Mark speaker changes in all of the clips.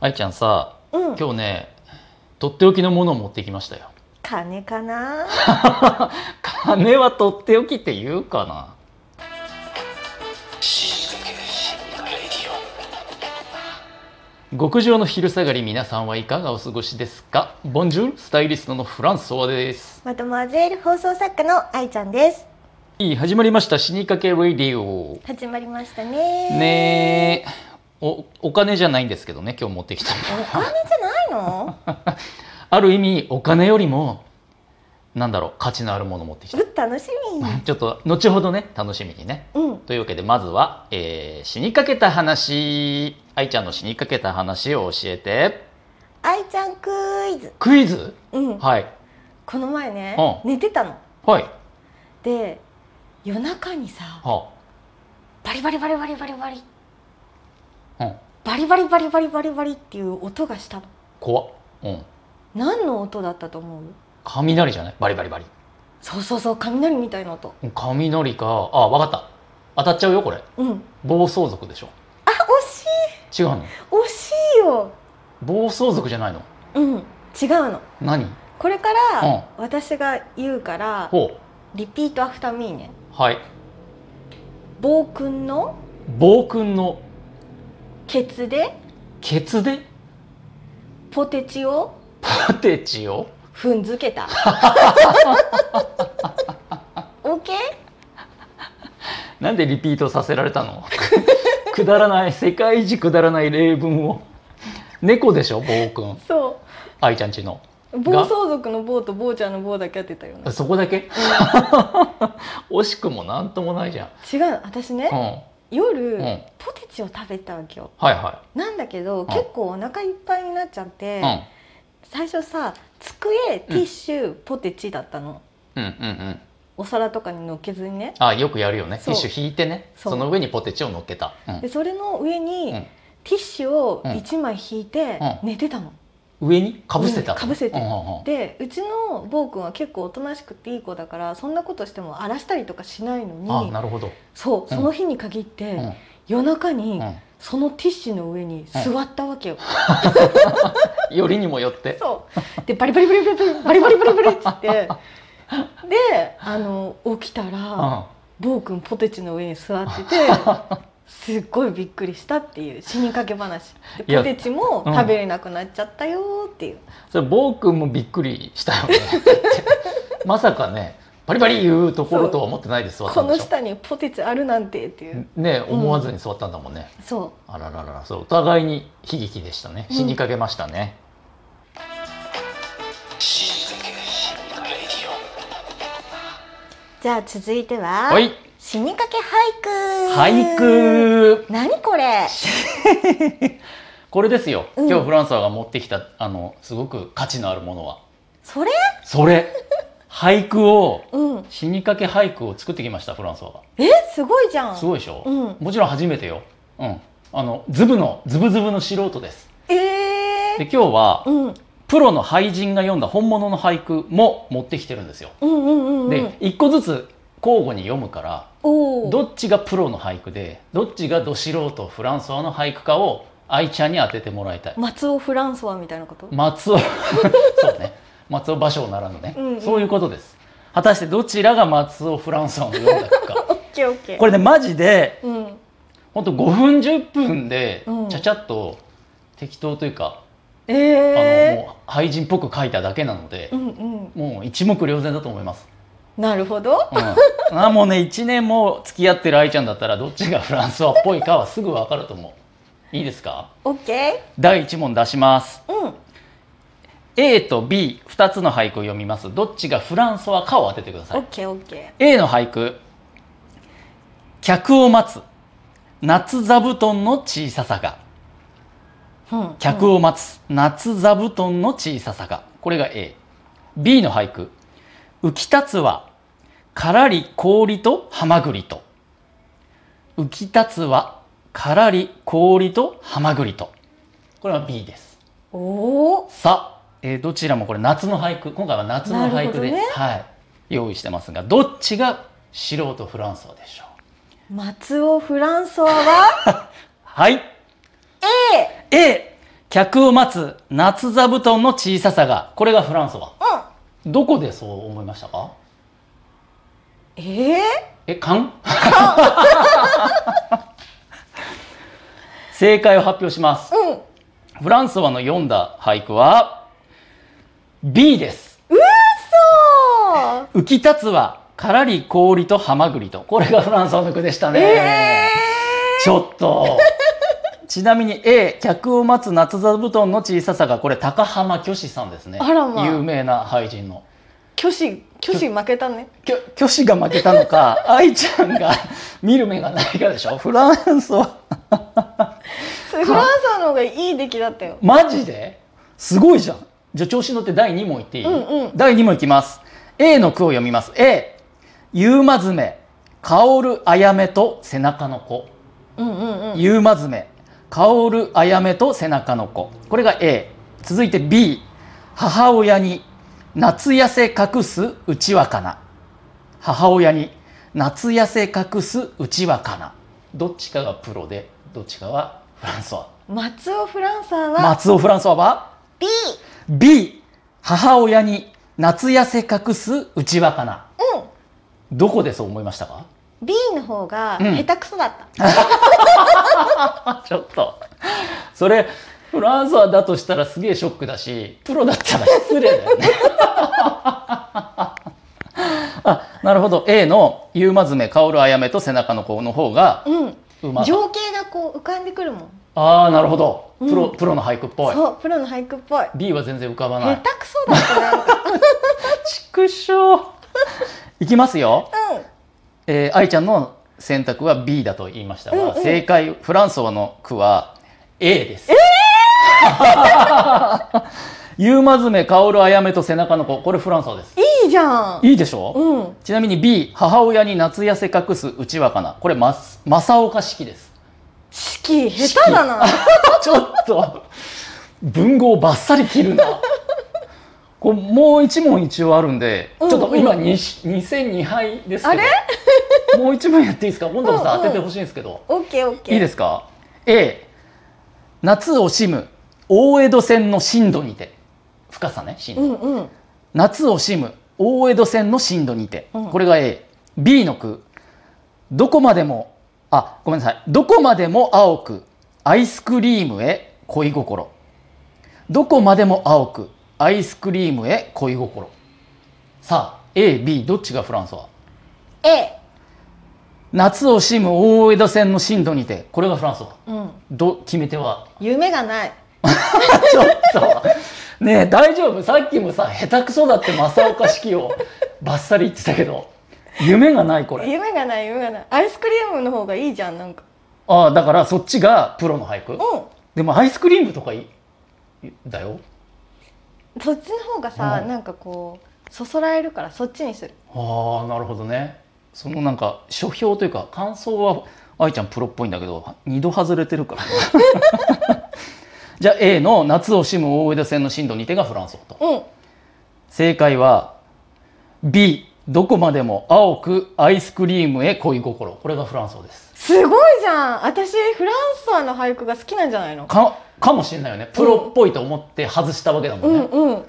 Speaker 1: 愛ちゃんさ
Speaker 2: うん
Speaker 1: 今日ねとっておきのものを持ってきましたよ
Speaker 2: 金かな
Speaker 1: 金はとっておきって言うかな極上の昼下がり皆さんはいかがお過ごしですかボンジュールスタイリストのフランソワです
Speaker 2: またマゼール放送作家の愛ちゃんです
Speaker 1: いい始まりました死にかけラディオ
Speaker 2: 始まりましたね
Speaker 1: ねえおお金じゃないんですけどね今日持ってきたの
Speaker 2: お金じゃないの
Speaker 1: ある意味お金よりもなんだろう価値のあるものを持ってきた
Speaker 2: うっ楽しみ
Speaker 1: ちょっと後ほどね楽しみにね
Speaker 2: うん
Speaker 1: というわけでまずは、えー死にかけた話愛ちゃんの死にかけた話を教えて
Speaker 2: 愛ちゃんクイズ
Speaker 1: クイズ
Speaker 2: うん
Speaker 1: はい
Speaker 2: この前ね
Speaker 1: う
Speaker 2: 寝てたの
Speaker 1: はい
Speaker 2: で夜中にさ
Speaker 1: は
Speaker 2: バリバリバリバリバリバリ
Speaker 1: あうん
Speaker 2: バリバリバリバリバリバリっていう音がしたの
Speaker 1: 怖っうん
Speaker 2: 何の音だったと思う
Speaker 1: 雷じゃないバリバリバリ
Speaker 2: そうそうそう雷みたいな音
Speaker 1: 雷かあわかった当たっちゃうよこれ
Speaker 2: うん
Speaker 1: 暴走族でしょ
Speaker 2: あ惜しい
Speaker 1: 違うの
Speaker 2: 惜しいよ
Speaker 1: 暴走族じゃないの
Speaker 2: うん違うの
Speaker 1: 何
Speaker 2: これか
Speaker 1: うん
Speaker 2: ら私が言うから、
Speaker 1: ほ
Speaker 2: リピートアフターミーね
Speaker 1: うはい
Speaker 2: 暴君の
Speaker 1: 暴君の
Speaker 2: ケツで
Speaker 1: ケツで
Speaker 2: ポテチを
Speaker 1: ポテチを
Speaker 2: 踏んづ けたオッケー
Speaker 1: なんでリピートさせられたの くだらない世界一くだらない例文を猫でしょ暴君
Speaker 2: そ
Speaker 1: 愛ちゃんちの
Speaker 2: う暴走族の暴と坊ちゃんの坊だけ当てたよね
Speaker 1: そこだけ 惜しくもなんともないじゃん
Speaker 2: 違う私ね、
Speaker 1: うんは
Speaker 2: 夜、
Speaker 1: うん
Speaker 2: ポテチを食べたわけよ
Speaker 1: いは
Speaker 2: なんだけど、
Speaker 1: ん
Speaker 2: 結構お腹いっぱいになっちゃって、
Speaker 1: い、うん、
Speaker 2: 最初さ机ティッシュ、ポテチだったの
Speaker 1: うんうんうん
Speaker 2: お皿とかにのっけずにね
Speaker 1: あよくやるよねテ
Speaker 2: そ
Speaker 1: ィ
Speaker 2: う
Speaker 1: ッシュ引いてね
Speaker 2: そ
Speaker 1: そうの上にポテチを乗っけた、うん
Speaker 2: でそれの上に、
Speaker 1: うん
Speaker 2: ティッシュを1枚引いて
Speaker 1: う
Speaker 2: 寝てたの、
Speaker 1: 上にかぶせたの
Speaker 2: うんかぶせて
Speaker 1: うんうんうん
Speaker 2: でうちの坊君は結構おとなしくていい子だからそんなことしても荒らしたりとかしないの
Speaker 1: あ
Speaker 2: に
Speaker 1: なるほど、
Speaker 2: そう
Speaker 1: うん
Speaker 2: その日に限って、
Speaker 1: うん
Speaker 2: 夜中に
Speaker 1: うん
Speaker 2: そのティッシュの上に座ったわけよ、
Speaker 1: よりにもよって
Speaker 2: そうでバリバリバリバリバリバリバリバリっつってであの起きた
Speaker 1: う
Speaker 2: ら
Speaker 1: ん
Speaker 2: 坊君ポテチの上に座っ ててすっごいびっくりしたっていう死にかけ話で
Speaker 1: いや
Speaker 2: ポテチも
Speaker 1: うん
Speaker 2: 食べれなくなっちゃったよーっていう、
Speaker 1: それボー君もびっくりした よねまさかねパリパリ言うところとは思ってないですわ
Speaker 2: この下にポテチあるなんてっていう、
Speaker 1: ね思わずに座ったんだもんね、
Speaker 2: そ
Speaker 1: あららららそうお互いに悲劇でしたね
Speaker 2: うん
Speaker 1: 死にかけましたね、
Speaker 2: うじゃあ続いては、
Speaker 1: はい
Speaker 2: 死にかけ俳
Speaker 1: 俳
Speaker 2: 句
Speaker 1: 句
Speaker 2: 何これ
Speaker 1: これですよ、
Speaker 2: うん
Speaker 1: 今日フランソワが持ってきたあのすごく価値のあるものは
Speaker 2: それ
Speaker 1: それ俳句を
Speaker 2: うん
Speaker 1: 死にかけ俳句を作ってきましたフランソワ
Speaker 2: えすごいじゃん
Speaker 1: がすごいでしょ、
Speaker 2: うん
Speaker 1: もちろん初めてようんあのズブのズブズブの素人です
Speaker 2: え
Speaker 1: で
Speaker 2: ー
Speaker 1: 今日は
Speaker 2: うん、うん
Speaker 1: プロの俳人が読んだ本物の俳句も持ってきてるんですよ。
Speaker 2: うんうんうん
Speaker 1: で一個ずつ交互に読むから
Speaker 2: お
Speaker 1: ど
Speaker 2: お
Speaker 1: っちがプロの俳句でどっちがど素人フランソワの俳句かを愛ちゃんに当ててもらいたい。
Speaker 2: 松尾フランソワみたいなこと
Speaker 1: 松尾 そうね松尾芭蕉ならぬね、
Speaker 2: うんうん
Speaker 1: そういうことです。果たしてどちらが松尾フランソワの読んだ句か
Speaker 2: オッケーオッケー
Speaker 1: これねマジで
Speaker 2: うん
Speaker 1: ほんと5分10分で
Speaker 2: うん
Speaker 1: ちゃちゃっと適当というか、あ
Speaker 2: え
Speaker 1: の
Speaker 2: え
Speaker 1: もう俳人っぽく書いただけなので
Speaker 2: ー、う、んうん
Speaker 1: もう一目瞭然だと思います。
Speaker 2: なるほど
Speaker 1: うん、あもうね1年も付き合ってる愛ちゃんだったらどっちがフランスワっぽいかはすぐ分かると思ういいですか
Speaker 2: オッケ
Speaker 1: 第1問出します
Speaker 2: ーうん
Speaker 1: A と B2 つの俳句を読みますどっちがフランスワかを当ててくださ
Speaker 2: オ
Speaker 1: い
Speaker 2: ッケーオッケ
Speaker 1: A の俳句「客を待つ夏座布団の小ささが」
Speaker 2: ーうん
Speaker 1: 「客を待つ夏座布団の小ささが」これが AB の俳句「浮き立つはからり氷とはまぐりと」「浮き立つはからり氷とはまぐりと」これは B です
Speaker 2: おお
Speaker 1: さあ、えーどちらもこれ夏の俳句今回は夏の俳句で、
Speaker 2: なるほどね
Speaker 1: はい、用意してますがどっちが素人フランソワでしょう
Speaker 2: 松尾フランソワは
Speaker 1: はい
Speaker 2: A
Speaker 1: A 客客を待つ夏座布団の小ささがこれがフランソワ
Speaker 2: うん
Speaker 1: どこでそう思いましたか
Speaker 2: ええ
Speaker 1: え勘正解を発表します
Speaker 2: うん
Speaker 1: フランソワの読んだ俳句は B です
Speaker 2: そう
Speaker 1: 浮き立つはからり氷とハマグリとこれがフランソワの句でしたね、
Speaker 2: え
Speaker 1: ちょっ とちなみに A 客を待つ夏座布団の小ささがこれ高浜虚子さんですね
Speaker 2: あらま
Speaker 1: 有名な俳人の
Speaker 2: ー、虚子虚子負けた ね
Speaker 1: きょ虚子が負けたの か愛ちゃんが見る目がないからでしょフランスは
Speaker 2: それフランスの方がいい出来だったよ
Speaker 1: マジですごいじゃんじゃあ調子に乗って第2問いっていい、
Speaker 2: うんうん
Speaker 1: 第2問いきます A の句を読みます A「夕まずめ香るあやめと背中の子」
Speaker 2: うんうんうん
Speaker 1: 夕まずめ香るあやめと背中の子これが A 続いて B 母親に夏痩せ隠すうちわかな母親に夏痩せ隠すうちわかなどっちかがプロでどっちかはフランソワ
Speaker 2: 松尾フランサーは
Speaker 1: 松尾フランソワは
Speaker 2: B
Speaker 1: B 母親に夏痩せ隠すうちわかな
Speaker 2: うん
Speaker 1: どこでそう思いましたか
Speaker 2: B の方が
Speaker 1: うん
Speaker 2: 下手くそだった、
Speaker 1: ちょっとそれフランスはだとしたらすげえショックだしプロだったら失礼だよね あなるほど A の「夕まずめ香るあやめと背中の子」の方が
Speaker 2: うん、
Speaker 1: うまい
Speaker 2: 情景がこう浮かんでくるもん
Speaker 1: ああなるほどプロ,、
Speaker 2: うん
Speaker 1: プロの俳句っぽい
Speaker 2: そうプロの俳句っぽい
Speaker 1: B は全然浮かばな
Speaker 2: 下
Speaker 1: い
Speaker 2: 手くそだったなんか
Speaker 1: 畜生 いきますよ
Speaker 2: うん
Speaker 1: えー、愛ちゃんの選択は B だと言いましたが、
Speaker 2: うんうん
Speaker 1: 正解フランソワの句は A です。え え夕まずめ香るあやめと背中の子これフランソワです。
Speaker 2: いいじゃん
Speaker 1: いいでしょ、
Speaker 2: うん
Speaker 1: ちなみに B 母親に夏痩せ隠すうちわかなこれま正岡式 です。
Speaker 2: 式下手だな
Speaker 1: ちょっと文豪をバッサリ切るな。こうもう一問一応あるんで、
Speaker 2: うん
Speaker 1: ちょっと今にし2戦2敗ですけど
Speaker 2: あれ
Speaker 1: もう一問やっていいですか今度もさ、
Speaker 2: うんうん
Speaker 1: 当ててほしいんですけど。
Speaker 2: オッケーオッケー
Speaker 1: いいですか A 夏を惜しむ大江戸線の深度にて深さね深度、
Speaker 2: うんうん
Speaker 1: 夏を惜しむ大江戸線の深度にて、
Speaker 2: うん
Speaker 1: これが AB の句どこまでもあごめんなさいどこまでも青くアイスクリームへ恋心どこまでも青くアイスクリームへ恋心さあ AB どっちがフランスは
Speaker 2: A
Speaker 1: 夏を惜しむ大江戸線の深度にてこれがフランスは
Speaker 2: うん
Speaker 1: ど決め手は
Speaker 2: 夢がない
Speaker 1: ちょっとねえ大丈夫さっきもさ下手くそだって正岡式をバッサリ言ってたけど夢がないこれ
Speaker 2: 夢がない夢がないアイスクリームの方がいいじゃんなんか
Speaker 1: ああだからそっちがプロの俳句
Speaker 2: う
Speaker 1: でもアイスクリームとかいいだよ
Speaker 2: んそっちの方がさ、
Speaker 1: うん
Speaker 2: なんかこうそそられるからそっちにする
Speaker 1: ああなるほどねそのなんか書評というか感想は愛ちゃんプロっぽいんだけど二度外れてるから じゃあ A の「夏を惜しむ大江戸線の震度に手がフランス語と
Speaker 2: うん
Speaker 1: 正解は B どこまでも青くアイスクリームへ恋心これがフランソワです
Speaker 2: すごいじゃん私フランスさんの俳句が好きなんじゃないの
Speaker 1: かかもしれないよねプロっぽいと思って外したわけだも
Speaker 2: うんん
Speaker 1: ね、
Speaker 2: うん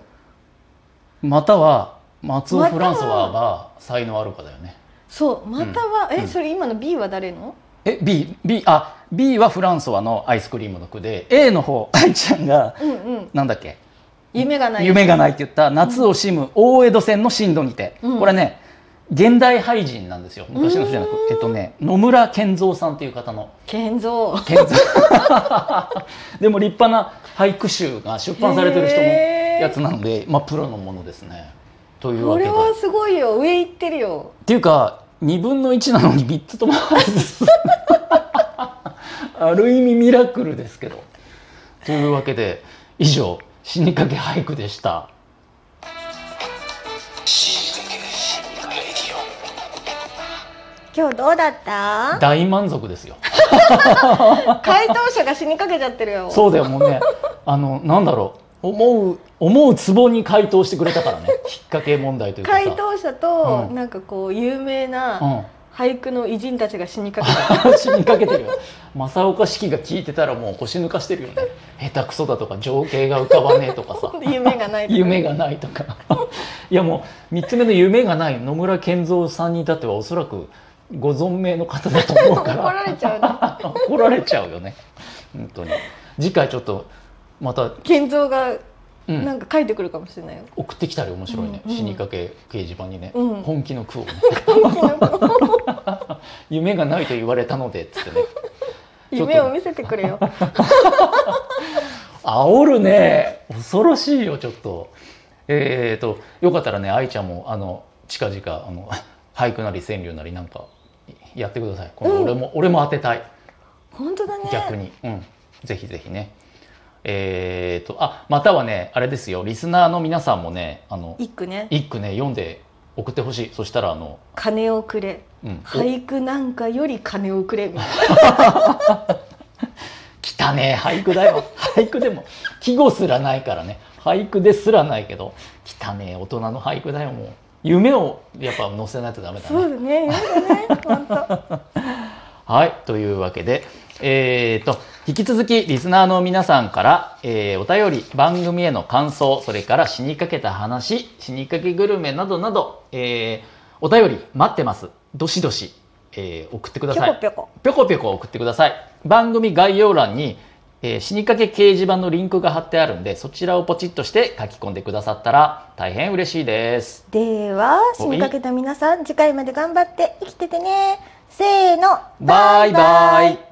Speaker 1: または松尾フランソワが才能あるかだよね
Speaker 2: そうまたは、
Speaker 1: う
Speaker 2: え
Speaker 1: ん
Speaker 2: それ今の B は誰の
Speaker 1: え B, B, あ B はフランソワのアイスクリームの句で A の方愛ちゃんが
Speaker 2: うんうん
Speaker 1: なんだっけ
Speaker 2: 夢がない
Speaker 1: 夢がないって言った夏を惜しむ大江戸線の進路にて、
Speaker 2: うん
Speaker 1: これね現代俳人なんですよ昔の人じゃなくえっとね野村健三さんという方の
Speaker 2: 健三
Speaker 1: 健三 でも立派な俳句集が出版されてる人の
Speaker 2: へー
Speaker 1: やつなので、まあ、プロのものですね。というわ
Speaker 2: こ
Speaker 1: け
Speaker 2: れ
Speaker 1: で。っ
Speaker 2: はすごいよ上行ってるよ
Speaker 1: ていうか2分の1なのに3つとも外す ある意味ミラクルですけど。というわけで以上「死にかけ俳句」でした。
Speaker 2: 今日どうだった
Speaker 1: 大満足ですよ。
Speaker 2: 回答者が死にかけちゃってるよ
Speaker 1: そうだよもうねあのなんだろう思う思うツボに回答してくれたからね引っ掛け問題というかさ。
Speaker 2: 回答者と、
Speaker 1: うん
Speaker 2: なんかこう有名
Speaker 1: う
Speaker 2: なん俳句の偉人たちが死にかけた
Speaker 1: 死にかけてるよ正岡子規が聞いてたらもう腰抜かしてるよね下手くそだとか情景が浮かばねえとかさ
Speaker 2: 夢がないとか
Speaker 1: 夢がないとか いやもう3つ目の夢がない野村健三さんに至ってはおそらくご存命の方だと思うか
Speaker 2: 怒
Speaker 1: ら
Speaker 2: られちゃうな
Speaker 1: 怒られ ちゃうよね本当に次回ちょっとまた、
Speaker 2: 健三が
Speaker 1: う、
Speaker 2: なんんか書いてくるかもしれないよ、
Speaker 1: 送ってきたら面白いね、
Speaker 2: うんうん
Speaker 1: 死にかけ掲示板にね、
Speaker 2: うん
Speaker 1: 本気の句をね
Speaker 2: 昨日
Speaker 1: 夢がないと言われたのでっつってね
Speaker 2: 夢を見せてくれよ
Speaker 1: 煽るね恐ろしいよちょっとえー、とよかったらね愛ちゃんもあの近々あの俳句なり川柳なりなんかやってくださいこの俺も、俺も当てたい
Speaker 2: 本当だね
Speaker 1: 逆に、うん、ぜひぜひねえー、とあまたはねあれですよリスナーの皆さんもねあの
Speaker 2: 一句ね
Speaker 1: 一句ね読んで送ってほしいそしたらあの、
Speaker 2: 「金をくれ
Speaker 1: うん、
Speaker 2: 俳句なんかより金をくれ」みたいな
Speaker 1: きたね俳句だよ俳句でも季語すらないからね俳句ですらないけどきたね大人の俳句だよもう夢をやっぱ載せないとダメだ
Speaker 2: そう
Speaker 1: ね
Speaker 2: だね夢だね本当
Speaker 1: はいというわけでえー、と引き続きリスナーの皆さんから、えーお便り番組への感想それから死にかけた話死にかけグルメなどなど、えーお便り待ってますどしどし、えー送ってくだ
Speaker 2: ぴょ
Speaker 1: さい
Speaker 2: こぴょこ
Speaker 1: ぴょこぴょこ送ってください番組概要欄に、えー死にかけ掲示板のリンクが貼ってあるんでそちらをポチッとして書き込んでくださったら大変嬉しいです
Speaker 2: では死にかけた皆さん次回まで頑張って生きててねせーの
Speaker 1: バイバイ